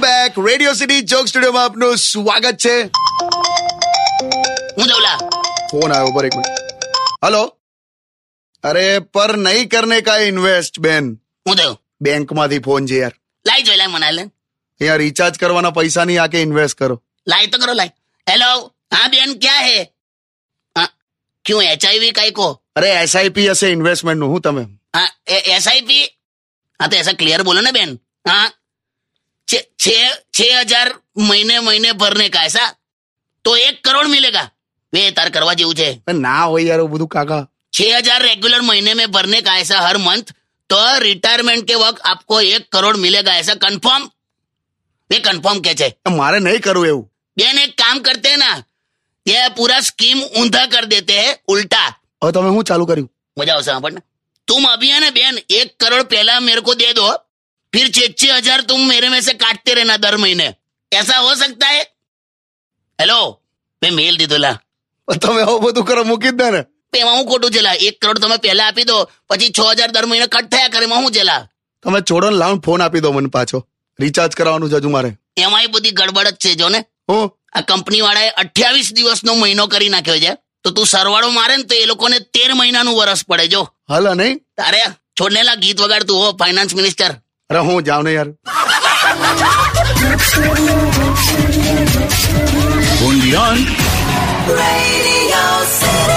Radio City joke સ્ટુડિયોમાં આપનું સ્વાગત છે હું જવલા ફોન આવ્યો પર એક મિનિટ હલો અરે પર નહીં કરને કા ઇન્વેસ્ટ બેન હું થયું બેંકમાંથી ફોન છે યાર લાઈ જોઈ લાઈ મનાય લે અહીંયા રિચાર્જ કરવાના પૈસા નહીં આ કે ઇન્વેસ્ટ કરો લાઈ તો કરો લાઈ હેલો हाँ બેન ક્યાં હે हाँ, क्यों एचआईवी काई को અરે એસઆઈપી હશે ઇન્વેસ્ટમેન્ટનું હું તમે हाँ एसआईपी हाँ तो ऐसा क्लियर बोलो ना बहन हाँ छ- छह छह हजार महीने महीने भरने का ऐसा तो एक करोड़ मिलेगा वे तार करवा जेवू छे અરે ના હોય યાર એવું બધું કાકા छह हजार रेगुलर महीने में भरने का ऐसा हर मंथ तो रिटायरमेंट के वक्त आपको एक करोड़ मिलेगा ऐसा कंफर्म वे कंफर्म कहते हैं મારે નહીં કરવું એવું बेन एक काम करते हैं ना ये पूरा स्कीम ऊंधा कर देते हैं उल्टा હવે તમે શું ચાલુ કર્યું मजा आवशे આપણને तुम अभी है ना बहन एक करोड़ पहला मेरे को दे दो फिर छे हजार तुम मेरे में से काटते रहना दर महीने ऐसा हो सकता है हेलो મેં મેલ દીધો લા પણ તમે આવું બધું કરો મૂકી જ દે ને તો એમાં હું ખોટું છે લા એક કરોડ તમે પહેલા આપી દો પછી છ હજાર દર મહિને કટ થયા કરે એમાં હું છે લા તમે છોડો ને લાવ ફોન આપી દો મને પાછો રિચાર્જ કરાવવાનું છે હજુ મારે એમાં એ બધી ગડબડ જ છે જો ને હું આ કંપની વાળાએ અઠ્યાવીસ દિવસનો મહિનો કરી નાખ્યો છે તો તું સરવાળો મારે ને તો એ લોકોને તેર મહિનાનું વરસ પડે જો હલ નહીં તારે છોડનેલા ગીત વગાડતું હો ફાઇનાન્સ મિનિસ્ટર અરે હું જાઉં ને યાર Radio City.